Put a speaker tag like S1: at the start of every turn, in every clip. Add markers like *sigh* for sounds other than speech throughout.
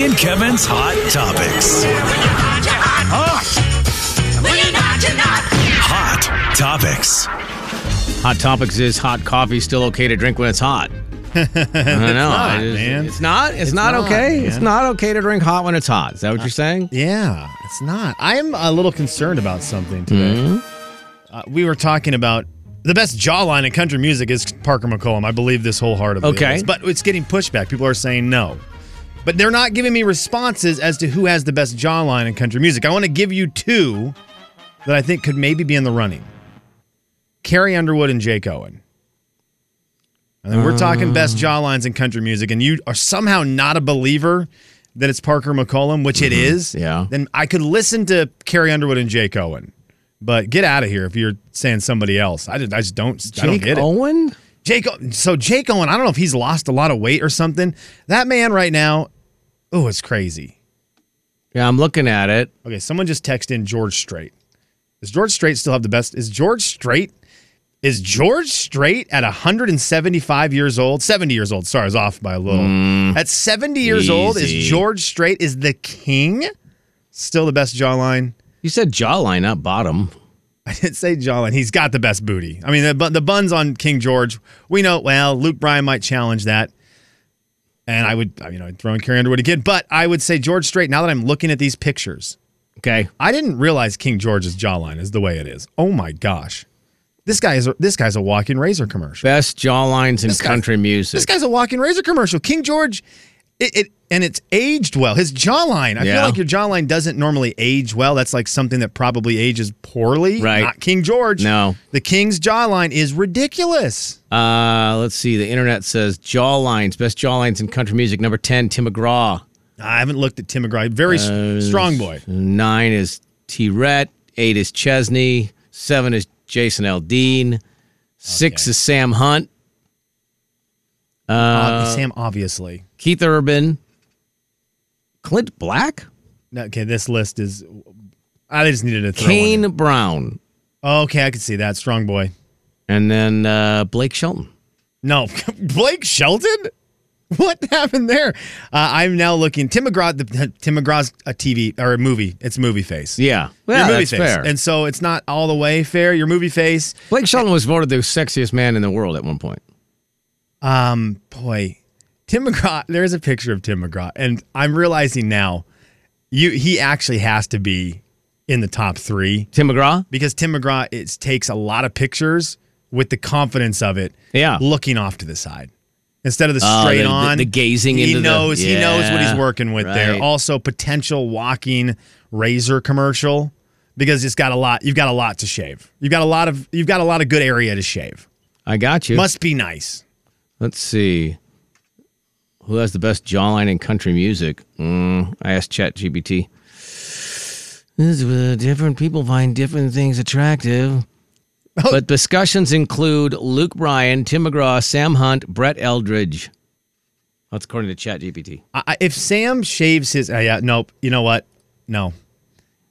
S1: and Kevin's Hot Topics. Hot Topics.
S2: Hot Topics is hot coffee still okay to drink when it's
S3: *laughs*
S2: hot. I don't know. It's
S3: not, man.
S2: It's not. It's, not,
S3: not,
S2: okay. It's
S3: man.
S2: not okay to drink hot when it's hot. Is that what you're saying?
S3: Yeah, it's not. I'm a little concerned about something today. Uh, we were talking about the best jawline in country music is Parker McCollum. I believe this wholeheartedly.
S2: Okay.
S3: It is, but it's getting pushback. People are saying no. But they're not giving me responses as to who has the best jawline in country music. I want to give you two that I think could maybe be in the running Carrie Underwood and Jake Owen. And then we're talking best
S2: Mm.
S3: jawlines in country music, and you are somehow not a believer that it's Parker McCollum, which it is.
S2: Mm-hmm. Yeah.
S3: Then I could listen to Carrie Underwood and Jake Owen, but get out of here if you're saying somebody else. I just, I just don't, I don't
S2: Jake
S3: get it.
S2: Owen?
S3: Jake, O- so Jake Owen, I don't know if he's lost a lot of weight or something. That man right now, oh, it's crazy.
S2: Yeah, I'm looking at it.
S3: Okay, someone just texted in George Strait. Does George Strait still have the best? Is George Strait? Is George Strait at 175 years old? 70 years old. Sorry, I was off by a little. at 70 years old, is
S2: easy.
S3: George Strait is the king? Still the best jawline? *laughs*
S2: You said jawline, not bottom.
S3: I didn't say jawline. He's got the best booty. I mean, the, bu- the buns on King George. We know. Well, Luke Bryan might challenge that, and I would. You know, I'd throw in Carrie Underwood again. But I would say George Strait. Now that I'm looking at these pictures,
S2: Okay.
S3: I didn't realize King George's jawline is the way it is. Oh my gosh. This guy is this guy's a walking razor commercial.
S2: Best jawlines in
S3: guy-
S2: country music.
S3: This guy's a walking razor commercial. King George it, it and it's aged well. His jawline. I
S2: Yeah.
S3: feel like your jawline doesn't normally age well. That's like something that probably ages poorly.
S2: Right.
S3: Not King George.
S2: No.
S3: The king's jawline is ridiculous.
S2: uh, let's see. The internet says jawlines, best jawlines in country music. Number 10, Tim McGraw.
S3: I haven't looked at Tim McGraw. Very s-
S2: Uh,
S3: strong boy.
S2: Nine is T Rhett. Eight is Chesney. Seven is Jason Aldean. Six is Sam Hunt. uh,
S3: Ob- Uh, Sam obviously.
S2: Keith Urban, Clint Black,
S3: No, okay, this list is I just needed to throw one in.
S2: Kane Brown,
S3: Okay, I can see that. Strong boy.
S2: and then uh, Blake Shelton.
S3: No, *laughs* Blake Shelton. What happened there? Uh, I'm now looking Tim McGraw. The, Tim McGraw's a TV or a movie. It's movie face.
S2: Yeah,
S3: Your
S2: yeah,
S3: movie
S2: that's
S3: face.
S2: fair.
S3: And so it's not all the way fair. Your movie face.
S2: Blake Shelton was voted the sexiest man in the world at one point.
S3: Um, boy, Tim McGraw. *laughs* There is a picture of Tim McGraw, and I'm realizing now, you he actually has to be in the top three
S2: Tim McGraw.
S3: because Tim McGraw it takes a lot of pictures with the confidence of it.
S2: Yeah.
S3: looking off to the side instead of the
S2: Oh,
S3: straight
S2: the- the-
S3: on.
S2: the gazing
S3: He
S2: into the-
S3: knows he knows what
S2: yeah,
S3: he's working with there.
S2: right.
S3: Also, potential walking razor commercial because it's got a lot. You've got a lot to shave. You've got a lot of you've got a lot of good area to shave.
S2: I got you.
S3: Must be nice.
S2: Let's see. Who has the best jawline in country music? Mm, I asked ChatGPT. This is, uh, Different people find different things
S3: *laughs*
S2: attractive.
S3: Oh.
S2: But discussions include Luke Bryan, Tim McGraw, Sam Hunt, Brett Eldridge. That's according to ChatGPT.
S3: I, I- if Sam shaves his, uh, yeah, nope. You know what? No,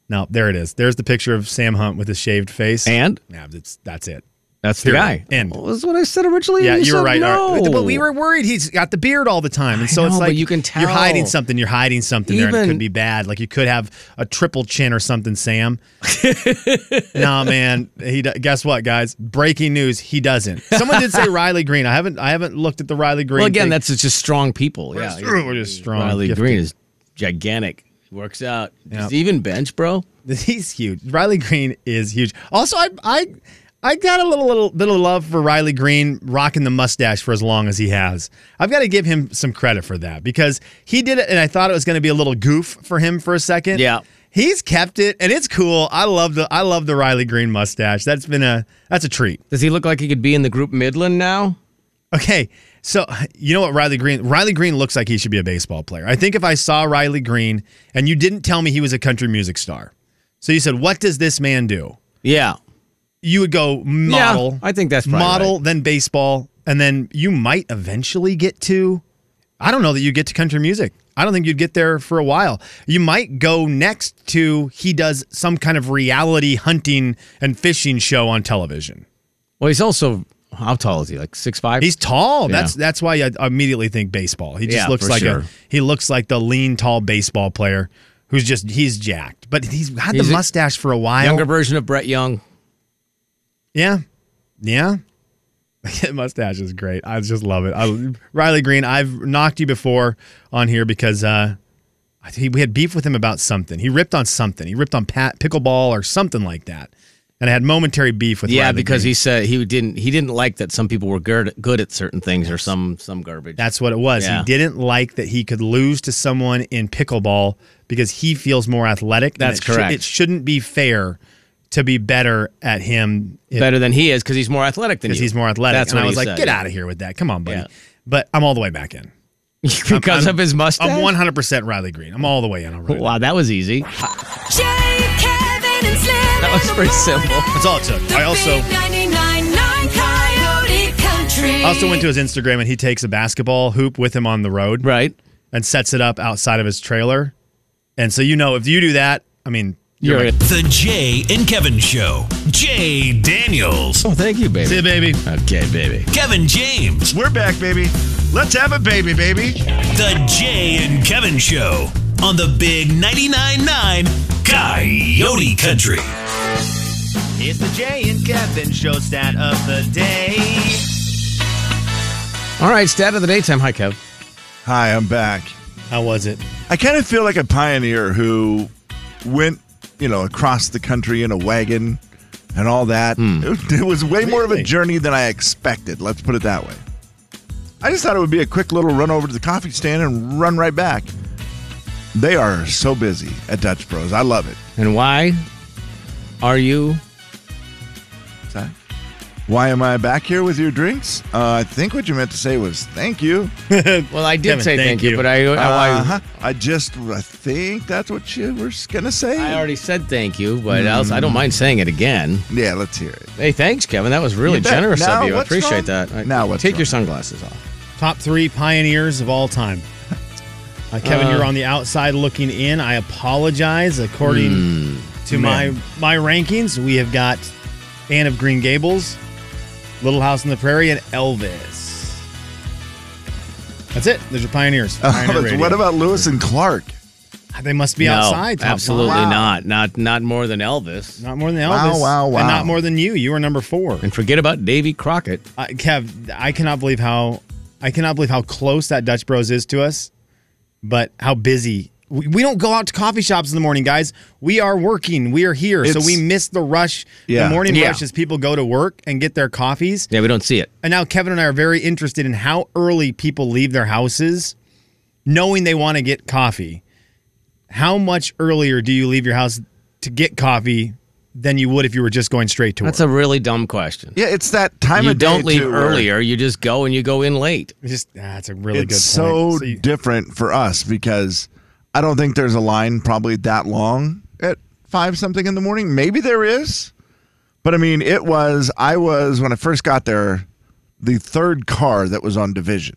S3: no. There it is. There's the picture of Sam Hunt with his shaved face.
S2: And
S3: yeah, that's that's it.
S2: that's
S3: Period.
S2: the guy.
S3: End.
S2: Well, that's what I said originally.
S3: Yeah, you were
S2: said
S3: right. Our-
S2: No.
S3: But we were worried. He's got the beard all the time, and so
S2: know,
S3: it's
S2: but
S3: like
S2: you can
S3: you're
S2: tell.
S3: hiding something. You're hiding something there, and it
S2: Even-
S3: could be bad. Like you could have a triple chin or
S2: *laughs*
S3: something, Sam. no, man. He do- guess what, guys? Breaking news. He doesn't. Someone did say
S2: *laughs*
S3: Riley Green. I haven't. I haven't looked at the Riley Green.
S2: Well, again,
S3: thing.
S2: that's just strong people.
S3: We're
S2: yeah,
S3: just- we're just strong.
S2: Riley
S3: gifted.
S2: Green is gigantic. Works out.
S3: Yeah.
S2: Does he even bench, bro?
S3: *laughs* He's huge. Riley Green is huge. Also, I I I got a little little bit of love for Riley Green rocking the mustache for as long as he has. I've got to give him some credit for that because he did it, and I thought it was going to be a little goof for him for a second.
S2: Yeah.
S3: he's kept it, and it's cool. I love the I love the Riley Green mustache. That's been a that's a treat.
S2: Does he look like he could be in the group Midland now?
S3: Okay, so you know what Riley Green? Riley Green looks like he should be a baseball player. I think if I saw Riley Green and you didn't tell me he was a country music star, so you said, "What does this man do?"
S2: Yeah.
S3: you would go model.
S2: I think that's probably
S3: model, then baseball, and then you might eventually get to. I don't know that you get to country music. I don't think you'd get there for a while. You might go next to he does some kind of reality hunting and fishing show on television.
S2: Well, he's also How tall is he? Like six five?
S3: He's tall.
S2: Yeah.
S3: That's that's why I immediately think baseball. He just
S2: Yeah,
S3: looks
S2: for
S3: like
S2: sure.
S3: a he looks like the lean, tall baseball player who's just he's jacked, but he's had
S2: He's
S3: the
S2: a-
S3: mustache for a while.
S2: younger version of Brett Young.
S3: Yeah. Yeah. *laughs* That mustache is great. I just love it. I, Riley Green, I've knocked you before on here because uh, I think we had beef with him about something. He ripped on something. He ripped on Pat pickleball or something like that. And I had momentary beef with
S2: Yeah,
S3: Riley
S2: because
S3: Green.
S2: he said he didn't he didn't like that some people were good good at certain things or some some garbage.
S3: that's what it was.
S2: Yeah.
S3: He didn't like that he could lose to someone in pickleball because he feels more athletic. and
S2: That's
S3: it shou-
S2: correct.
S3: it shouldn't be fair to be better at him if
S2: better than he is because he's more athletic than you.
S3: because he's more athletic.
S2: That's
S3: and
S2: what
S3: I was
S2: he
S3: like,
S2: said,
S3: get
S2: yeah.
S3: out of here with that. Come on, buddy.
S2: Yeah.
S3: But I'm all the way back in.
S2: *laughs* because
S3: I'm-
S2: of his mustache.
S3: I'm 100% Riley Green. I'm all the way in already.
S2: Wow, that was easy.
S4: Jay, Kevin, and Slim.
S2: That was pretty simple.
S3: That's all it took. I also I also went to his Instagram and he takes a basketball hoop with him on the road
S2: Right.
S3: and sets it up outside of his trailer. And so you know if you do that, I mean,
S2: You're
S3: you're, my-
S2: it.
S1: The Jay and Kevin Show. Jay Daniels.
S2: Oh, thank you,
S3: See ya,
S2: baby.
S3: baby.
S2: Okay, baby.
S1: Kevin James.
S5: We're back, baby. Let's have a baby, baby.
S1: The Jay and Kevin Show on the Big 99.9 9 Coyote Country.
S3: It's the Jay and Kevin show stat of the day.
S2: All right, stat of the daytime. Hi, Kev.
S5: Hi, I'm back.
S3: How was it?
S5: I kind of feel like a pioneer who went, you know, across the country in a wagon and all that. It, was, it was way more of a
S3: Really?
S5: journey than I expected. Let's put it that way. I just thought it would be a quick little run over to the coffee stand and run right back. They are so busy at Dutch Bros. I love it.
S2: And why are you?
S5: Sorry. Why am I back here with your drinks? Uh, I think what you meant to say was thank you.
S2: Well, I did
S3: Kevin,
S2: say
S3: thank
S2: thank you,
S3: you.
S2: but I I,
S5: Uh-huh. I just I think that's what you were gonna say.
S2: I already said thank you, but else I don't mind saying it again.
S5: yeah, let's hear it.
S2: Hey, thanks, Kevin. That was really
S5: You bet.
S2: generous
S5: Now
S2: of you. I
S5: what's
S2: appreciate
S5: wrong?
S2: that. I-
S5: Now what's
S2: take your
S5: wrong?
S2: sunglasses off.
S3: Top three pioneers of all time. Uh, Kevin,
S2: Uh,
S3: you're on the outside looking in. I apologize. According to
S5: Hmm, man.
S3: my my rankings, we have got Anne of Green Gables, Little House on the Prairie, and Elvis. That's it. There's your pioneers. Pioneer
S5: *laughs* Oh,
S3: Radio.
S5: what about Lewis and Clark?
S3: they must be
S2: no,
S3: outside? top five.
S2: absolutely
S5: Wow.
S2: not. Not not more than Elvis.
S3: Not more than
S5: Wow,
S3: Elvis.
S5: wow, wow.
S3: And not more than you. You were number four.
S2: And forget about Davy Crockett.
S3: Uh, Kev, I cannot believe how I cannot believe how close that Dutch Bros is to us, but how busy. We, we don't go out to coffee shops in the morning, guys. We are working. We are here, so
S5: It's-
S3: we miss the rush. The
S5: Yeah.
S3: morning
S2: Yeah.
S3: rush is people go to work and get their coffees.
S2: Yeah, we don't see it.
S3: And now Kevin and I are very interested in how early people leave their houses, knowing they want to get coffee. How much earlier do you leave your house to get coffee than you would if you were just going straight to work?
S2: That's a really dumb question.
S5: Yeah, it's that time
S2: you
S5: of day.
S2: don't leave
S5: too, where
S2: earlier. You just go and you go in late.
S3: It's just ah, that's a really
S5: It's
S3: good
S5: so
S3: point. So you-
S5: different for us because I don't think there's a line probably that long at five something in the morning. Maybe there is, but I mean, it was. I was when I first got there, the third car that was on division.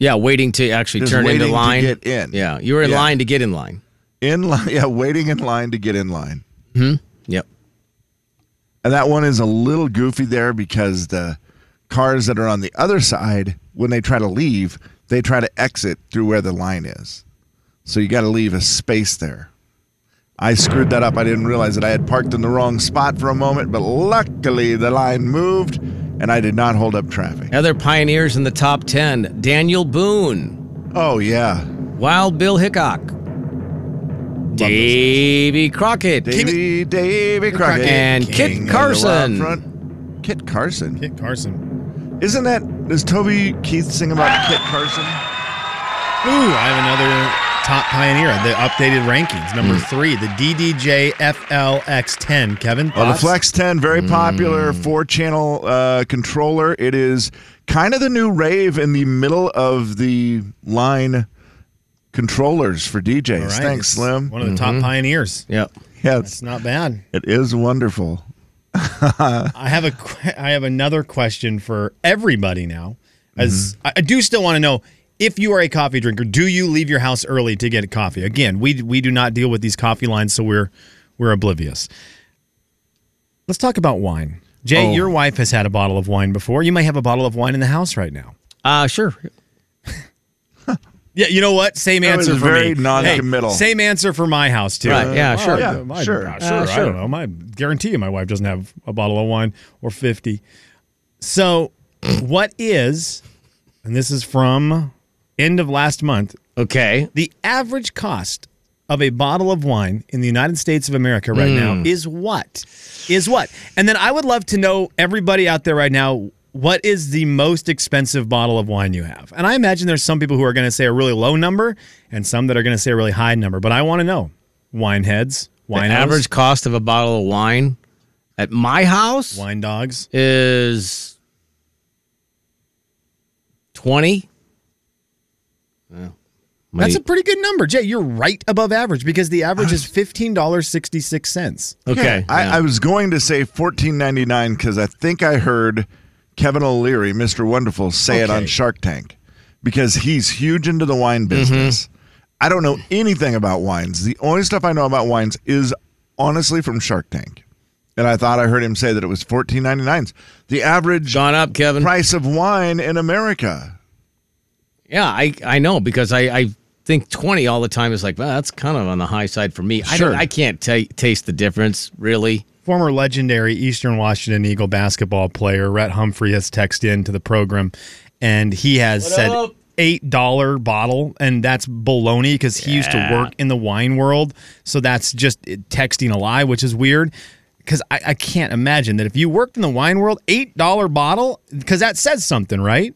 S2: Yeah, waiting to actually
S5: Just
S2: turn into
S5: waiting to
S2: line.
S5: get in.
S2: Yeah, you were in
S5: Yeah.
S2: line to get in line.
S5: in line, *laughs* yeah, waiting in line to get in line.
S2: Yep.
S5: And that one is a little goofy there because the cars that are on the other side, when they try to leave, they try to exit through where the line is. So you got to leave a space there. I screwed that up. I didn't realize that I had parked in the wrong spot for a moment, but luckily the line moved and I did not hold up traffic.
S2: Other pioneers in the top ten: Daniel Boone,
S5: Oh, yeah.
S2: Wild Bill Hickok, Davy Crockett,
S5: Davy, Davy Crockett.
S2: and Kit
S5: King of the
S2: Carson.
S5: Wild Front. Kit Carson.
S3: Kit Carson.
S5: Isn't that, does Toby Keith sing about Kit Carson?
S3: Ooh, I have another top pioneer. The updated rankings, number
S5: Hmm.
S3: three, the DDJ FLX10. Kevin,
S5: Oh, the
S3: thoughts?
S5: Flex 10, very popular
S3: Hmm.
S5: four channel uh, controller. It is kind of the new rave in the middle of the line controllers for DJs.
S3: All right,
S5: Thanks,
S3: it's
S5: Slim. Mm-hmm.
S3: One of the top pioneers.
S2: Yep.
S5: Yes,
S3: It's not bad.
S5: it is wonderful.
S3: I have a que- I have another question for everybody now. As
S5: Mm-hmm.
S3: I, I do still want to know if you are a coffee drinker, do you leave your house early to get coffee? Again, we we do not deal with these coffee lines, so we're we're oblivious. Let's talk about wine. Jay,
S5: Oh.
S3: your wife has had a bottle of wine before. You may have a bottle of wine in the house right now.
S2: Uh, sure.
S3: Yeah, you know what? Same
S5: That was
S3: answer for
S5: very
S3: me.
S5: non-committal.
S3: Hey, same answer for my house too.
S2: Right, yeah,
S3: Oh,
S2: sure.
S3: yeah, my-
S5: Sure.
S3: uh,
S5: Uh,
S3: sure. I
S2: sure.
S3: don't know. My guarantee you, my wife doesn't have a bottle of wine or fifty. So, *clears throat* what is? And this is from end of last month.
S2: Okay.
S3: The average cost of a bottle of wine in the United States of America
S2: Hmm.
S3: right now is what? Is what? And then I would love to know everybody out there right now what is the most expensive bottle of wine you have? And I imagine there's some people who are going to say a really low number and some that are going to say a really high number, but I want to know. Wine heads, wine
S2: the average cost of a bottle of wine at my house
S3: wine dogs.
S2: is 20. Well,
S3: That's a pretty good number. Jay, you're right above average because the average is $15.66.
S2: okay.
S5: I,
S2: yeah.
S5: I was going to say fourteen ninety nine because I think I heard Kevin O'Leary, Mr. Wonderful, say it on
S3: Okay.
S5: Shark Tank because he's huge into the wine
S2: Mm-hmm.
S5: business. I don't know anything about wines. The only stuff I know about wines is honestly from Shark Tank. And I thought I heard him say that it was fourteen ninety nine. The average
S2: Gone up, Kevin.
S5: price of wine in America.
S2: Yeah, I, I know because I, I think 20 all the time is like, well, that's kind of on the high side for me. I,
S3: Sure.
S2: don't, I can't ta taste the difference, really.
S3: Former legendary Eastern Washington Eagle basketball player Rhett Humphrey has texted into the program, and he has said
S2: up?
S3: eight dollar bottle, and that's baloney because he used to work in the wine world, so that's just texting a lie, which is weird. Because I, I can't imagine that if you worked in the wine world, eight dollar bottle, because that says something, right?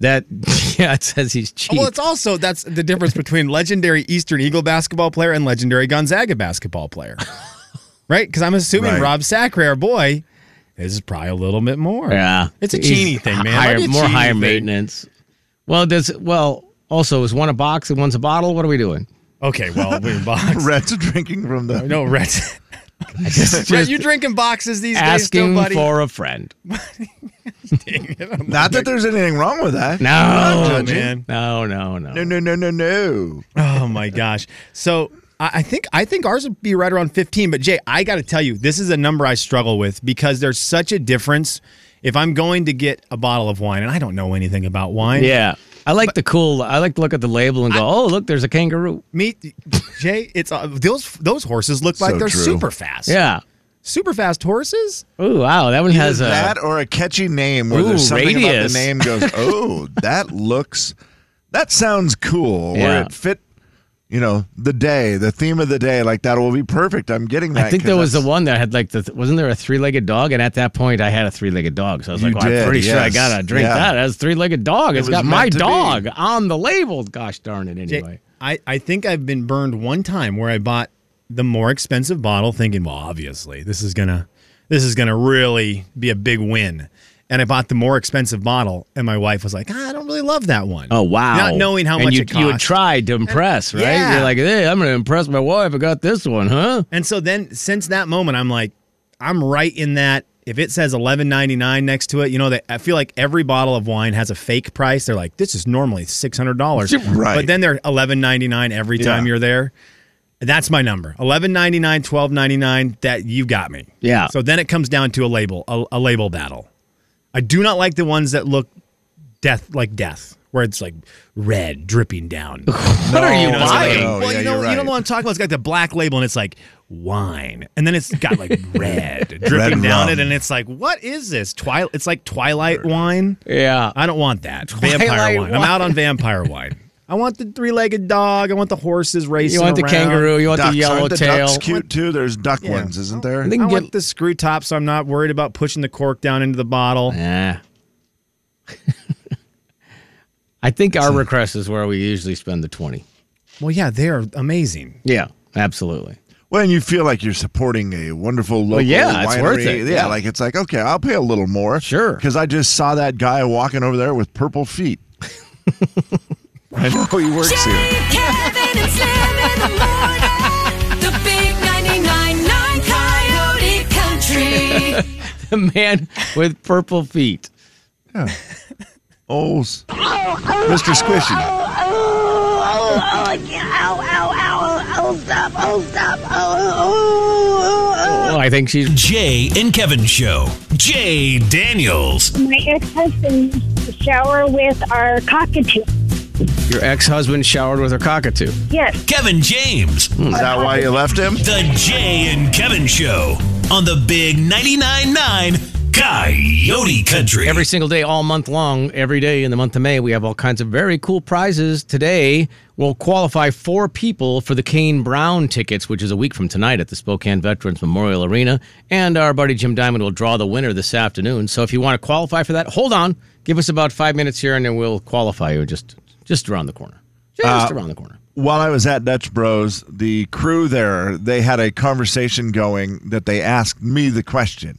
S2: That, *laughs* yeah, it says he's cheap.
S3: Well, it's also that's the difference between legendary Eastern Eagle basketball player and legendary Gonzaga
S2: *laughs*
S3: basketball player, right? Because I'm assuming
S5: Right.
S3: Rob Sacre, our boy, is probably a little bit more.
S2: Yeah,
S3: it's a
S2: He's
S3: Cheney thing, man.
S2: Higher,
S3: Might be a
S2: more
S3: Cheney
S2: higher
S3: thing.
S2: maintenance. Well, does well also is one a box and one's a bottle? What are we doing?
S3: Okay, well,
S2: *laughs*
S3: we're in box.
S5: Rhett's drinking from the
S3: no, Rhett. Rhett, you drinking boxes these days, still,
S2: Asking
S3: buddy?
S2: for a friend.
S5: Not that there's anything wrong with that.
S2: *laughs* No,
S5: judging.
S3: Oh, man.
S2: no, no, no.
S5: No, no, no, no, no.
S3: Oh my gosh. So I I think I think ours would be right around 15. But Jay, I got to tell you, this is a number I struggle with because there's such a difference. If I'm going to get a bottle of wine, and I don't know anything about wine,
S2: Yeah, I like the cool. I like to look at the label and go, "Oh, look, there's a kangaroo."
S3: Me, Jay, it's uh, those those horses look like
S5: So
S3: they're
S5: true.
S3: super fast.
S2: Yeah.
S3: super fast horses.
S2: Oh wow, that one has a.
S5: that or a catchy name where
S2: Ooh,
S5: there's something about
S2: radius.
S5: the
S2: *laughs*
S5: name goes, oh, that looks, that sounds cool. Where
S2: Yeah.
S5: it fit, you know, the day, the theme of the day, like that will be perfect. I'm getting that.
S2: I think
S5: 'cause
S2: there was the
S5: that's-
S2: one that had like the wasn't there a three-legged dog? And at that point, I had a three-legged dog, so I was
S5: You
S2: like, well,
S5: did,
S2: "I'm pretty sure I
S5: yes.
S2: gotta drink
S5: Yeah.
S2: that." That's three-legged dog. it's
S5: was
S2: got my
S5: meant to be.
S2: dog on the label. Gosh darn it!
S3: Jay,
S2: Anyway,
S3: I I think I've been burned one time where I bought the more expensive bottle, thinking, well, obviously this is gonna this is gonna really be a big win. And I bought the more expensive bottle, and my wife was like, ah, "I don't really love that one."
S2: Oh wow!
S3: Not knowing how
S2: and
S3: much
S2: you,
S3: it
S2: you
S3: cost.
S2: had tried to impress, right?
S3: yeah.
S2: You're like, hey, I'm going to impress my wife. I got this one, huh?
S3: *laughs* And so then since that moment, I'm like, I'm right in that. If it says eleven ninety nine next to it, you know that I feel like every bottle of wine has a fake price. They're like, this is normally six hundred dollars,
S5: *laughs* Right.
S3: But then they're eleven ninety nine every time
S5: Yeah.
S3: you're there. That's my number. Eleven ninety nine, twelve ninety nine. That you got me.
S2: Yeah.
S3: So then it comes down to a label, a, a label battle. I do not like the ones that look death like death, where it's like red dripping
S5: *laughs*
S3: down.
S2: what are you
S5: no, no,
S2: buying?
S5: no.
S3: Well,
S5: yeah,
S3: you know,
S5: you're
S3: you know
S5: right.
S3: what I'm talking about. It's got the black label, and it's like wine, and then it's got
S5: *laughs*
S3: like red dripping
S5: Red
S3: down it,
S5: rum.
S3: and it's like, what is this? Twilight. It's like Twilight wine.
S2: Yeah.
S3: I don't want that.
S2: *laughs*
S3: vampire
S2: Twilight
S3: wine. I'm out on vampire wine. I want the three-legged dog. I want the horses racing.
S2: You want the
S3: around.
S2: kangaroo? You want
S5: Ducks,
S2: the
S5: aren't
S2: yellow
S5: the
S2: tail?
S5: ducks cute too? There's duck ones, isn't there?
S2: I think
S3: I
S2: you
S3: want
S2: get-
S3: the screw top, so I'm not worried about pushing the cork down into the bottle.
S2: *laughs* Nah. I think our request is where we usually spend the twenty.
S3: Well, yeah, they are amazing.
S2: Yeah, absolutely. *laughs*
S5: When you feel like you're supporting a wonderful local
S2: yeah,
S5: winery.
S2: it's worth it.
S5: Yeah,
S2: Yeah.
S5: like it's like, okay, I'll pay a little more.
S2: Sure.
S5: Because I just saw that guy walking over there with
S2: *laughs*
S5: purple feet. I know he works here.
S4: Jay, Kevin, and Slim in *laughs* the morning. The big 99.9 Coyote Country.
S2: The man with purple feet.
S5: Oh, s- Mr. Squishy.
S2: Oh, I think she's
S1: Jay and Kevin Show. Jay Daniels,
S6: My ex-husband used to shower with our cockatoo.
S2: Your ex husband showered with her cockatoo.
S6: Yes,
S1: Kevin James,
S5: Is that why you left him?
S1: The Jay and Kevin Show on the Big 99.9 9 Coyote Country.
S2: Every single day, all month long, every day in the month of May, we have all kinds of very cool prizes. Today, we'll qualify four people for the Kane Brown tickets, which is a week from tonight at the Spokane Veterans Memorial Arena. And our buddy Jim Diamond will draw the winner this afternoon. So if you want to qualify for that, hold on. Give us about five minutes here, and then we'll qualify you just just around the corner. Just
S3: Uh,
S2: around the corner.
S5: While I was at Dutch Bros, the crew there, they had a conversation going that they asked me the question.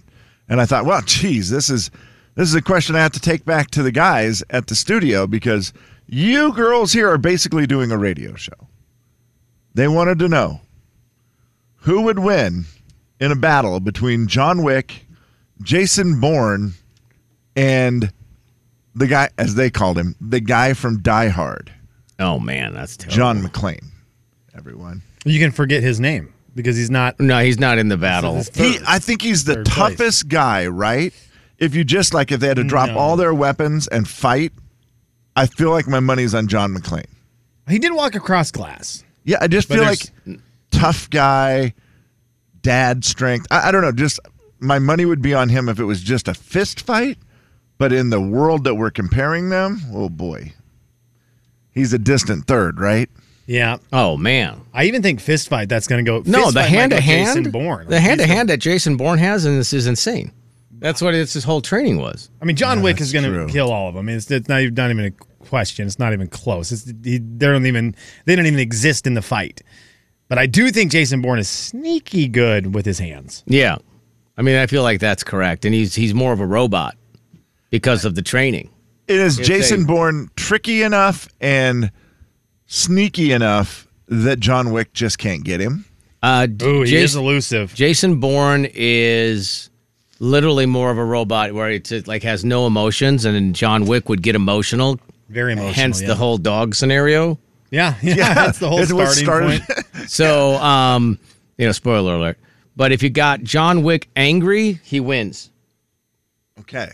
S5: And I thought, well, geez, this is this is a question I have to take back to the guys at the studio because you girls here are basically doing a radio show. They wanted to know who would win in a battle between John Wick, Jason Bourne, and the guy as they called him, the guy from Die Hard.
S2: Oh man, that's terrible.
S5: John McClane, everyone.
S3: You can forget his name because he's not.
S2: No, he's not in the battle.
S3: This is
S5: He,
S3: third.
S5: I think he's the
S3: Third place.
S5: toughest guy, right? If you just like, if they had to drop
S3: No.
S5: all their weapons and fight, I feel like my money's on John McClane.
S3: He did walk across glass.
S5: Yeah, I just
S3: But
S5: feel like
S3: there's-
S5: tough guy, dad strength. I, I don't know. Just my money would be on him if it was just a fist fight. But in the world that we're comparing them, oh boy, he's a distant third, right?
S3: Yeah,
S2: Oh man.
S3: I even think fist fight. That's going to go.
S2: No,
S3: fist
S2: the
S3: fight might
S2: hand
S3: go
S2: to
S3: Jason
S2: hand.
S3: Bourne.
S2: The hand to hand that Jason Bourne has in this is insane. That's what it's, his whole training was.
S3: I mean, John Wick is going
S5: true.
S3: to kill all of them. It's, it's not, even- not even a question. It's not even close. It's, he, they don't even they don't even exist in the fight. But I do think Jason Bourne is sneaky good with his hands.
S2: Yeah. I mean, I feel like that's correct. And he's he's more of a robot because of the training.
S5: It is Jason
S2: they-
S5: Bourne tricky enough and sneaky enough that John Wick just can't get him.
S2: Uh, d-
S3: Ooh, he
S2: Jas-
S3: is elusive.
S2: Jason Bourne is literally more of a robot where it's it like has no emotions, and then John Wick would get emotional.
S3: Very emotional.
S2: hence
S3: yeah.
S2: the whole dog scenario.
S3: Yeah, *laughs* yeah, *laughs* that's the whole
S5: It's what
S3: starting
S5: *laughs* started-
S3: point.
S2: So, um, you know, spoiler alert. But if you got John Wick angry, he wins.
S5: Okay.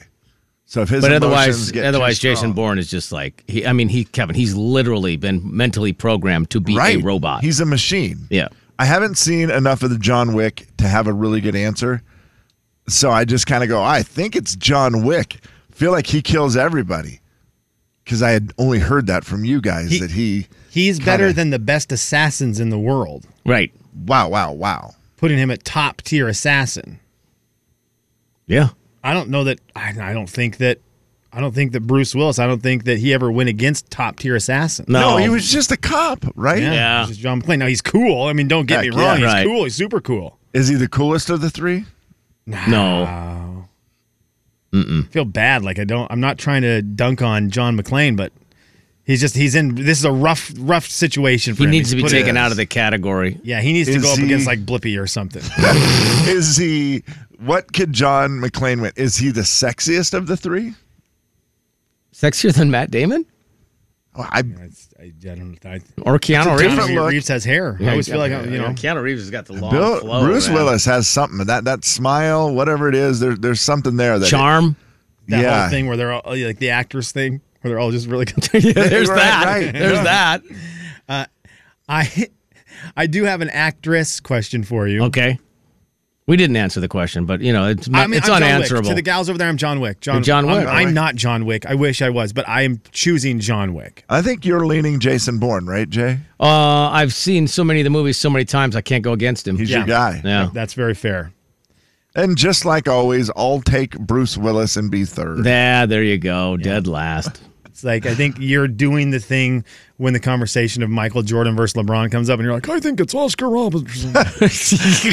S5: So if his
S2: But
S5: emotions
S2: otherwise,
S5: get too
S2: otherwise, Jason
S5: strong-
S2: Bourne is just like he. I mean, he Kevin. He's literally been mentally programmed to be
S5: right
S2: a robot.
S5: He's a machine.
S2: yeah.
S5: I haven't seen enough of the John Wick to have a really good answer. So I just kind of go, I think it's John Wick. Feel like he kills everybody. Because I had only heard that from you guys
S3: He-
S5: that he,
S3: He's better
S5: Kinda.
S3: than the best assassins in the world,
S2: Right.
S5: wow, wow, wow.
S3: putting him at top tier assassin.
S2: Yeah.
S3: I don't know that I, I don't think that I don't think that Bruce Willis. I don't think that he ever went against top tier assassins.
S5: No,
S2: No.
S5: he was just a cop, right?
S3: Yeah,
S2: Yeah.
S3: it's just John McClane. Now he's cool. I mean, don't get
S5: Heck,
S3: me wrong.
S5: yeah,
S3: he's
S2: right.
S3: cool. He's super cool.
S5: Is he the coolest of the three? Ah,
S2: No.
S3: I feel bad. Like I don't. I'm not trying to dunk on John McClane, but he's just he's in. This is a rough, rough situation for
S2: He
S3: him.
S2: needs to
S3: He's
S2: be
S3: put
S2: taken
S3: in-
S2: out of the category.
S3: Yeah, he needs to
S5: Is
S3: go up
S5: he-
S3: against like Blippy or
S5: *laughs*
S3: something.
S5: Is he, what could John McClane win? Is he the sexiest of the three?
S2: Sexier than Matt Damon
S5: Oh, I,
S3: It's- I, I don't. I,
S2: or Keanu
S5: different
S2: Reeves?
S5: Different look.
S3: Reeves has hair. I always feel like you know.
S2: Keanu Reeves has got the long
S5: Bill,
S2: flow.
S5: Bruce
S2: man.
S5: Willis has something that that smile, whatever it is. There, there's something there that *laughs*
S2: charm. *laughs*
S3: that
S5: Yeah.
S3: whole thing where they're all like the actors thing where they're all just really *laughs* good.
S2: yeah, there's
S5: Right,
S2: that.
S5: right.
S2: *laughs* There's
S5: Yeah.
S2: that.
S3: I I do have an actress question for you.
S2: Okay. We didn't answer the question, but you know it's
S3: I mean,
S2: it's
S3: I'm John Wick.
S2: unanswerable.
S3: To the gals over there, I'm John Wick. John,
S2: You're John
S3: I'm-
S2: Wick.
S3: I'm, not John Wick. I wish I was, but I am choosing John Wick.
S5: I think you're leaning Jason Bourne, right, Jay?
S2: uh, I've seen so many of the movies so many times, I can't go against him.
S5: He's
S3: Yeah.
S5: your guy.
S2: yeah.
S3: That's very fair.
S5: And just like always, I'll take Bruce Willis and be third.
S2: Nah, there you go. Dead *laughs* last.
S3: It's like I think you're doing the thing when the conversation of Michael Jordan versus LeBron comes up, and you're like, I think it's Oscar Robertson.
S5: Yeah,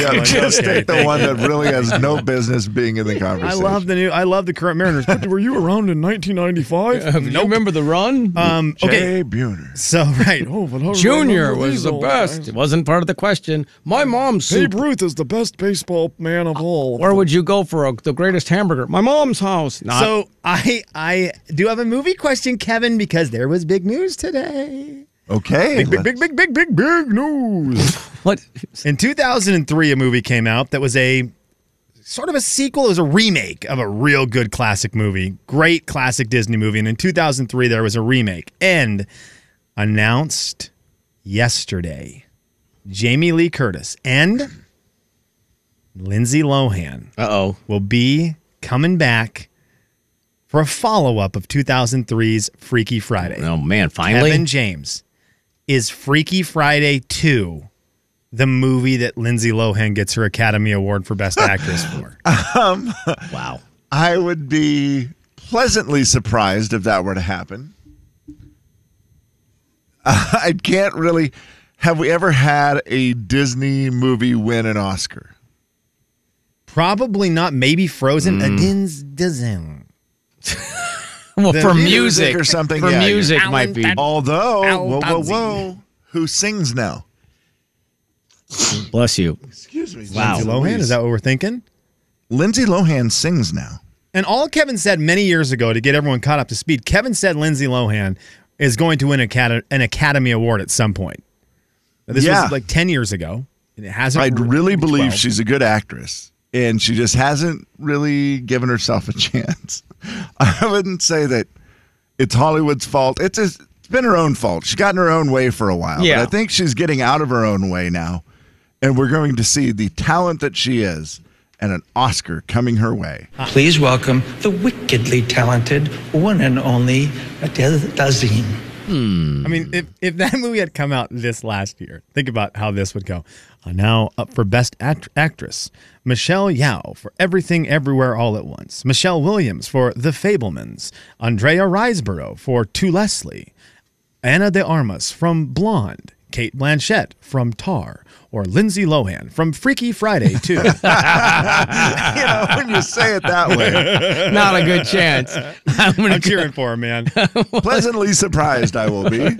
S3: like,
S5: just
S3: okay,
S5: take the one that really has no business being in
S3: *laughs*
S5: the
S3: I
S5: conversation.
S3: love the new. I love the current Mariners. But were you around in 1995?
S2: You remember the run?
S3: Um.
S5: Jay
S3: Okay.
S5: Buhner.
S3: So right. Oh, but I
S2: Junior
S3: remember
S2: was
S3: these
S2: the
S3: old
S2: best.
S3: guys.
S2: It wasn't part of the question. My mom's soup.
S3: Babe Ruth is the best baseball man of all.
S2: Where would you go for a, the greatest hamburger? My mom's house. Not
S3: so I I do have a movie question, Kevin, because there was big news today.
S5: Okay.
S3: Big, big, big, big, big, big, big news. *laughs*
S2: what?
S3: In 2003, a movie came out that was a sort of a sequel. It was a remake of a real good classic movie, great classic Disney movie. And in 2003, there was a remake. And announced yesterday, Jamie Lee Curtis and Lindsay Lohan
S2: Uh oh.
S3: will be coming back for a follow up of 2003's Freaky Friday.
S2: Oh man, finally.
S3: Kevin James is Freaky Friday 2 the movie that Lindsay Lohan gets her Academy Award for Best Actress
S5: *laughs*
S3: for.
S2: Wow.
S5: I would be pleasantly surprised if that were to happen. *laughs* I can't really. Have we ever had a Disney movie win an Oscar?
S3: Probably not, maybe Frozen.
S5: Mm.
S3: A Dins Disney.
S2: Well,
S3: The
S2: for
S5: music
S2: music
S5: or something,
S2: For
S5: yeah, you're-
S2: music might be
S5: Although,
S3: Al
S5: whoa, whoa,
S3: Bunzi.
S5: whoa, who sings now?
S2: bless you.
S5: Excuse me.
S2: Wow.
S3: Lindsay Lohan, is that what we're thinking?
S5: Lindsay Lohan sings now.
S3: And all Kevin said many years ago to get everyone caught up to speed, Kevin said Lindsay Lohan is going to win acad- an Academy Award at some point. Now, This
S5: Yeah.
S3: was like 10 years ago, and it hasn't.
S5: I really believe
S3: 12.
S5: she's a good actress, and she just hasn't really given herself a *laughs* chance. I wouldn't say that it's Hollywood's fault. It's, just, it's been her own fault. She got in her own way for a while.
S2: Yeah.
S5: But I think she's getting out of her own way now, and we're going to see the talent that she is and an Oscar coming her way. *laughs*
S7: Please welcome the wickedly talented one and only Adele Dazim.
S3: I mean, if, if that *laughs* movie had come out this last year, think about how this would go. Uh, now up for Best act- Actress, Michelle Yao for Everything Everywhere All at Once, Michelle Williams for The Fablemans, Andrea Riseborough for To Leslie, Anna de Armas from Blonde, Kate Blanchett from Tar, or Lindsay Lohan from Freaky Friday 2.
S5: you know, when you say it that way,
S2: Not a good
S3: *laughs*
S2: chance. *laughs* I'm gonna
S3: I'm cheering for her, man.
S5: pleasantly surprised I will be.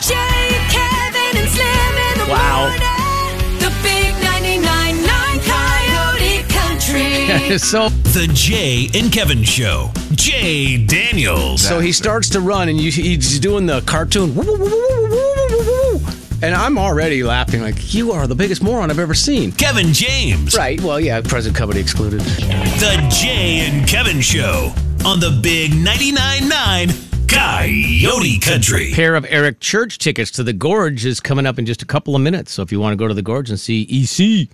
S4: Jay, Kevin, and Slim in the
S2: Wow.
S4: morning. The big 99.9 Coyote
S3: *laughs*
S4: Country.
S2: so
S1: The Jay and Kevin Show. Jay Daniels.
S2: so he starts to run and you, he's doing the cartoon. "Woo, woo, woo, woo, woo, woo, woo, woo." And I'm already laughing like you are the biggest moron I've ever seen.
S1: Kevin James.
S2: Right. Well, yeah, present company excluded.
S1: The Jay and Kevin Show on the Big 99.9 Coyote Country.
S2: Pair of Eric Church tickets to the Gorge is coming up in just a couple of minutes. So if you want to go to the Gorge and see EC,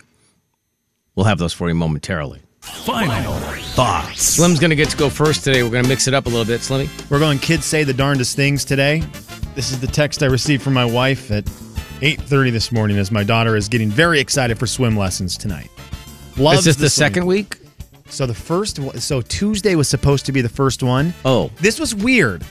S2: we'll have those for you momentarily.
S1: Final thoughts.
S2: Slim's going to get to go first today. We're going to mix it up a little bit, Slimmy.
S3: We're going kids say the darndest things today. This is the text I received from my wife at 8:30 this morning as my daughter is getting very excited for swim lessons tonight. Loves
S2: Is this the,
S3: swim.
S2: second week?
S3: So the first one, so Tuesday was supposed to be the first one.
S2: Oh.
S3: This was weird.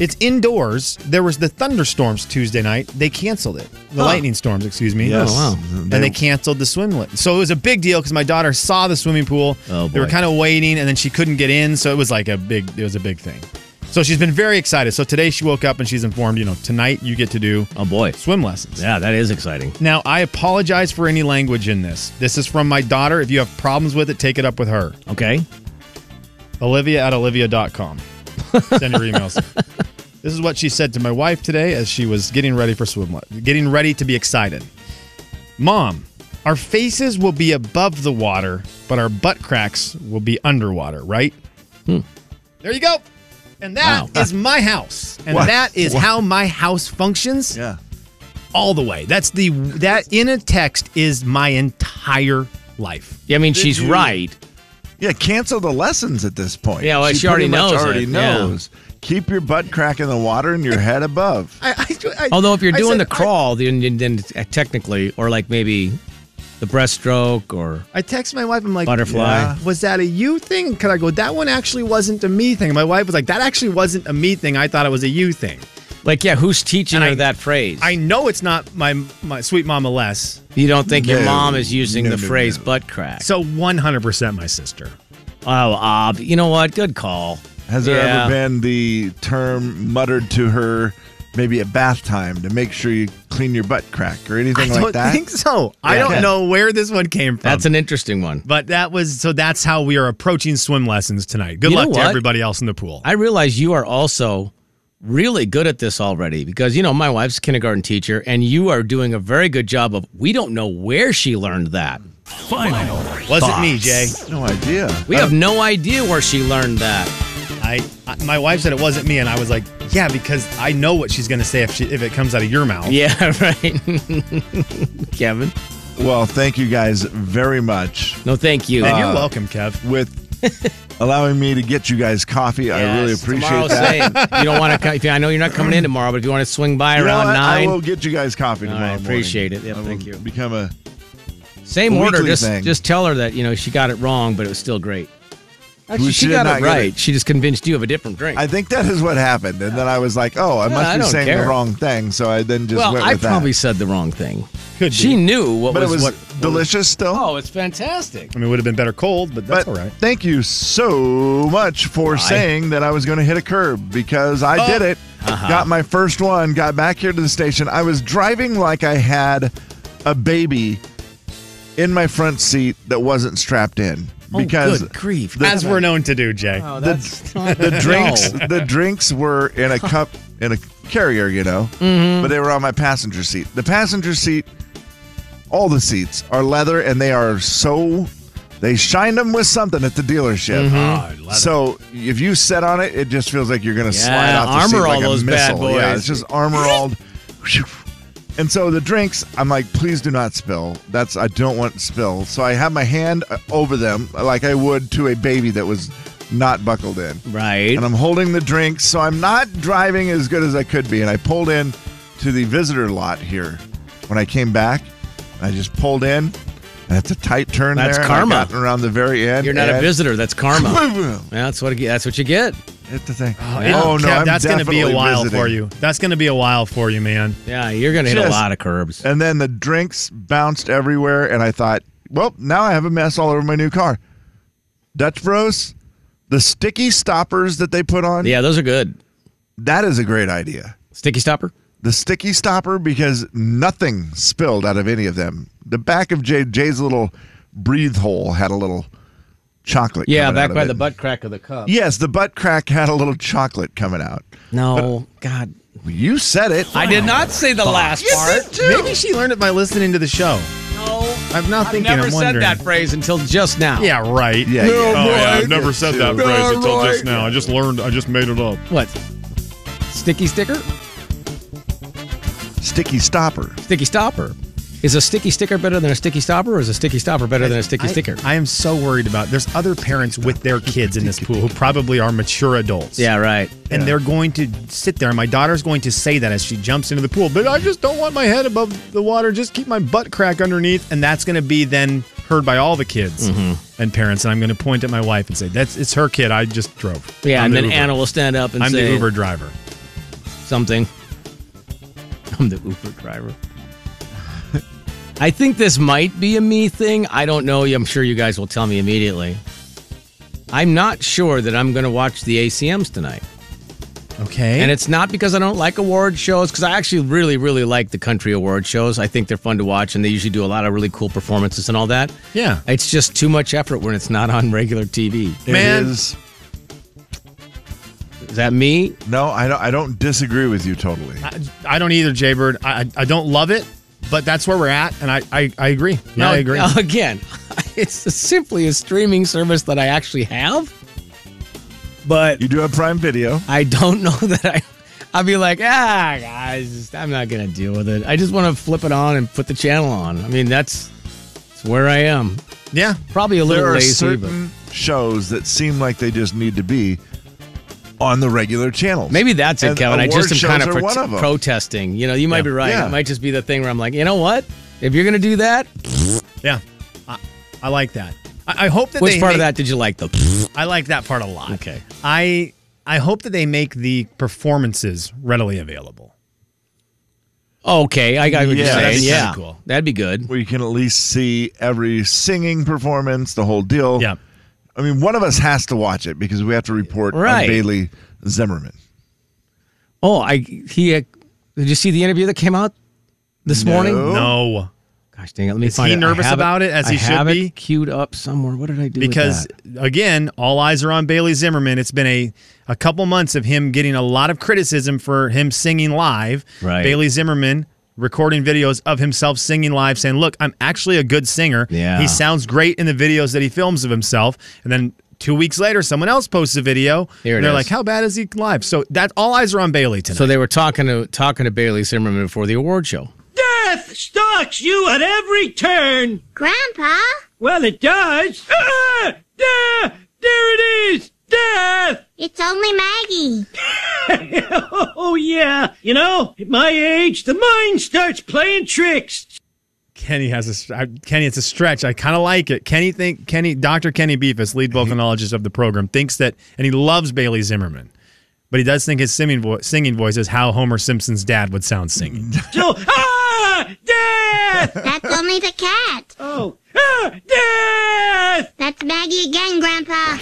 S3: It's indoors. There was the thunderstorms Tuesday night. They canceled it. The lightning storms, excuse me.
S5: Yes.
S2: Oh, wow.
S3: And they canceled the swim. le- So it was a big deal because my daughter saw the swimming pool.
S2: Oh,
S3: They were
S2: boy.
S3: kind of waiting, and then she couldn't get in. So it was like a big. It was a big thing. So she's been very excited. So today she woke up and she's informed. You know, tonight you get to do
S2: Oh, boy.
S3: swim lessons.
S2: Yeah, that is exciting.
S3: Now I apologize for any language in this. This is from my daughter. If you have problems with it, take it up with her.
S2: Okay.
S3: Olivia at olivia.com. Send your emails. this is what she said to my wife today as she was getting ready for swim, le- getting ready to be excited. Mom, our faces will be above the water, but our butt cracks will be underwater, right? There you go. And that is
S2: Wow.
S3: my house. And
S5: What?
S3: that is
S5: What?
S3: how my house functions
S5: Yeah.
S3: all the way. That's the that in a text is my entire life.
S2: Yeah, I mean, she's
S5: you-
S2: right.
S5: Yeah, cancel the lessons at this point.
S2: Yeah, well, she already
S5: pretty much
S2: knows
S5: Already
S2: it, yeah.
S5: knows. Keep your butt crack in the water and your head above.
S3: I, I, I-
S2: Although if you're
S3: *laughs* I
S2: doing
S3: said-
S2: the
S3: I-
S2: crawl, then, then, then uh, technically, or like maybe the breaststroke or
S3: I text my wife. I'm like,
S2: Butterfly. Yeah.
S3: Was that a you thing? Could I go? That one actually wasn't a me thing. My wife was like, that actually wasn't a me thing. I thought it was a you thing.
S2: like, yeah, who's teaching
S3: And
S2: her
S3: I-
S2: that phrase?
S3: I know it's not my my sweet mama less.
S2: you don't think your
S5: No,
S2: mom is using
S5: no,
S2: the
S5: no,
S2: phrase
S5: no.
S2: butt crack?
S3: So 100 percent my sister.
S2: oh, ob. You know what? Good call.
S5: Has there
S2: Yeah.
S5: ever been the term muttered to her, maybe at bath time, to make sure you clean your butt crack or anything
S3: I
S5: like
S3: don't
S5: that?
S3: think so. I
S2: Yeah.
S3: don't know where this one came from.
S2: That's an interesting one.
S3: but that was so. That's how we are approaching swim lessons tonight. Good
S2: You know
S3: luck to
S2: what?
S3: everybody else in the pool.
S2: I realize you are also really good at this already because you know my wife's a kindergarten teacher and you are doing a very good job of we don't know where she learned that
S1: Final.
S3: Wasn't
S1: thoughts.
S3: me, Jay.
S5: No idea. Uh,
S2: We have no idea where she learned that. *laughs*
S3: I, I my wife said it wasn't me, and I was like, yeah, because I know what she's gonna say if she if it comes out of your mouth.
S2: Yeah, right. *laughs* Kevin.
S5: Well, thank you guys very much
S2: No, thank you. Uh,
S3: And you're welcome, Kev.
S5: with
S2: *laughs*
S5: allowing me to get you guys coffee. I really
S2: Yes,
S5: appreciate
S2: tomorrow's
S5: that.
S2: Same. You don't want to come. If you, I know you're not coming in tomorrow, but if you want to swing by
S5: You know
S2: around
S5: what?
S2: nine,
S5: I will get you guys coffee
S2: All
S5: tomorrow.
S2: right, appreciate it.
S5: morning.
S2: Yep,
S5: I will
S2: thank you.
S5: Become a
S2: same
S5: a
S2: order.
S5: weekly
S2: Just
S5: thing.
S2: just tell her that you know she got it wrong, but it was still great. Actually,
S5: We
S2: she
S5: should
S2: got
S5: not
S2: it
S5: get
S2: right.
S5: it.
S2: She just convinced you of a different drink.
S5: I think that is what happened, and then I was like, "Oh, I
S2: Yeah,
S5: must
S2: I
S5: be
S2: don't
S5: saying
S2: care.
S5: the wrong thing." So I then just
S2: well,
S5: went
S2: I
S5: with
S2: probably
S5: that.
S2: said the wrong thing.
S3: Could
S2: she
S3: be.
S2: knew what
S5: But
S2: was,
S5: it was
S2: what.
S5: delicious still.
S2: Oh, it's fantastic.
S3: I mean, it would have been better cold, but that's
S5: but
S3: all right.
S5: thank you so much for saying that I was going to hit a curb because I did
S2: Oh.
S5: it.
S2: Uh-huh.
S5: Got my first one. Got back here to the station. I was driving like I had a baby in my front seat that wasn't strapped in because
S2: oh, good grief.
S5: the-
S3: As we're known to do, Jay.
S2: oh, that's not-
S5: the drinks
S2: No.
S5: the drinks were in a cup in a carrier you know
S2: Mm-hmm.
S5: but they were on my passenger seat the passenger seat all the seats are leather and they are so they shined them with something at the dealership
S2: Mm-hmm.
S5: Uh, so if you sit on it it just feels like you're gonna slide
S2: Yeah,
S5: off the
S2: armor
S5: seat
S2: all
S5: like a
S2: those bad
S5: missile yeah
S2: boys.
S5: it's just armor all *laughs* and so the drinks i'm like please do not spill that's i don't want spill so i have my hand uh, over them like i would to a baby that was not buckled in
S2: *laughs* Right.
S5: and I'm holding the drink, so I'm not driving as good as I could be. And I pulled in to the visitor lot here when I came back. I just pulled in, and it's a tight turn
S2: That's
S5: there. and I
S2: karma.
S5: got around the very end.
S2: You're not a
S5: and-
S2: visitor. That's karma.
S5: *laughs* Boom!
S2: Yeah, that's what. That's what you get.
S5: Hit the thing. Oh,
S3: Yeah,
S5: no,
S3: Kev,
S5: I'm
S3: that's gonna be a
S5: definitely
S3: while
S5: visiting.
S3: for you. That's gonna be a while for you, man.
S2: Yeah, you're gonna hit a
S5: Just-
S2: lot of curbs.
S5: And then the drinks bounced everywhere, and I thought, well, now I have a mess all over my new car. Dutch Bros, the sticky stoppers that they put on,
S2: Yeah, those are good.
S5: that is a great idea.
S2: Sticky stopper.
S5: the sticky stopper because nothing spilled out of any of them. The back of Jay, Jay's little breathe hole had a little chocolate.
S2: Yeah,
S5: coming out
S2: back
S5: of
S2: by
S5: it.
S2: the butt crack of the cup.
S5: Yes, the butt crack had a little chocolate coming out.
S2: No, God,
S5: You said it.
S2: I did not say the last part.
S3: Maybe she learned it by listening to the show.
S2: No,
S3: I'm not
S2: I've
S3: thinking.
S2: never
S3: I'm
S2: said
S3: wondering.
S2: that phrase until just now.
S3: Yeah, right.
S5: Yeah, yeah.
S3: Oh, yeah, I've
S5: never said that phrase until just now.
S3: I just learned. I just made it up.
S2: What? Sticky sticker?
S5: Sticky stopper.
S2: Sticky stopper. Is a sticky sticker better than a sticky stopper, or is a sticky stopper better than a sticky
S3: I-
S2: sticker?
S3: I am so worried about. There's other parents with their kids in this pool who probably are mature adults.
S2: yeah, right.
S3: And they're going to sit there, and my daughter's going to say that as she jumps into the pool. But I just don't want my head above the water. Just keep my butt crack underneath, and that's going to be then heard by all the kids and parents. And I'm going to point at my wife and say, "That's it's her kid. I just drove."
S2: Yeah,
S3: I'm
S2: and then
S3: the Uber.
S2: Anna will stand up and
S3: I'm
S2: say
S3: the Uber driver.
S2: something. I'm the Uber driver. I think this might be a me thing. I don't know. I'm sure you guys will tell me immediately. I'm not sure that I'm going to watch the ACMs tonight.
S3: Okay.
S2: And it's not because I don't like award shows, because I actually really, really like the country award shows. I think they're fun to watch, and they usually do a lot of really cool performances and all that.
S3: yeah.
S2: It's just too much effort when it's not on regular TV.
S5: Man.
S3: Man.
S2: Is that me?
S5: no, I don't. I don't disagree with you totally.
S3: I, I don't either, Jaybird. I, I I don't love it, but that's where we're at, and I I, I agree. Yeah,
S2: Now-
S3: I agree.
S2: now *laughs* again, it's simply a streaming service that I actually have, but
S5: you do have Prime Video.
S2: I don't *laughs* know that I. I'd be like, ah, guys, I'm not gonna deal with it. I just want to flip it on and put the channel on. I mean, that's that's where I am.
S3: yeah.
S2: Probably a little
S5: There are
S2: lazy, but.
S5: certain shows that seem like they just need to be on the regular channels.
S2: Maybe that's it,
S5: And
S2: Kevin. I
S5: award
S2: just am
S5: shows
S2: kind of,
S5: are
S2: pro-
S5: one of 'em.
S2: protesting. You know, you might be right.
S5: Yeah.
S2: It might just be the thing where I'm like, you know what? If you're going to do that,
S3: Yeah, I, I like that. I, I hope that
S2: which
S3: they
S2: part of
S3: make-
S2: that did you like? The
S3: I like that part a lot.
S2: Okay.
S3: I I hope that they make the performances readily available.
S2: okay, I got what
S5: Yeah,
S2: you're saying.
S5: that's
S2: yeah,
S3: kinda cool.
S2: that'd be good.
S5: where you can at least see every singing performance, the whole
S2: Oh.
S5: deal.
S3: Yeah.
S5: I mean, one of us has to watch it because we have to report
S2: Right.
S5: on Bailey Zimmerman.
S2: Oh, I he uh, did you see the interview that came out this morning?
S5: No.
S3: No,
S2: Gosh dang it! Let me
S3: Is
S2: find
S3: he
S2: it. I
S3: nervous
S2: have
S3: about it, as
S2: I
S3: he should
S2: have it
S3: be?
S2: queued up somewhere. What did I do? with
S3: because
S2: that?
S3: again, all eyes are on Bailey Zimmerman. It's been a a couple months of him getting a lot of criticism for him singing live.
S2: Right.
S3: Bailey Zimmerman recording videos of himself singing live, saying, Look, I'm actually a good singer.
S2: Yeah.
S3: He sounds great in the videos that he films of himself. And then two weeks later, someone else posts a video.
S2: Here it
S3: and they're
S2: is.
S3: like, How bad is he live? So that all eyes are on Bailey tonight.
S2: So they were talking to talking to Bailey Zimmerman before the award show.
S8: Death stalks you at every turn.
S9: Grandpa?
S8: Well, it does. Ah! There! There it is! Death!
S9: It's only Maggie.
S8: Oh, yeah. You know, at my age, the mind starts playing tricks.
S3: Kenny has a str- I- Kenny. It's a stretch. I kind of like it. Kenny think Kenny Dr. Kenny Beefus, lead volcanologist of the program, thinks that, and he loves Bailey Zimmerman, but he does think his singing voice, singing voice is how Homer Simpson's dad would sound singing.
S8: So, ah! Death!
S9: That's only the cat.
S8: Oh, ah! Death!
S9: That's Maggie again, Grandpa.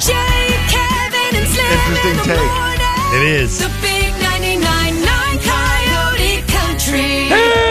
S4: Jay, Kevin, and Slim
S5: Interesting
S4: in the
S5: take.
S4: morning.
S3: It is.
S4: The big 99.9 Coyote Country.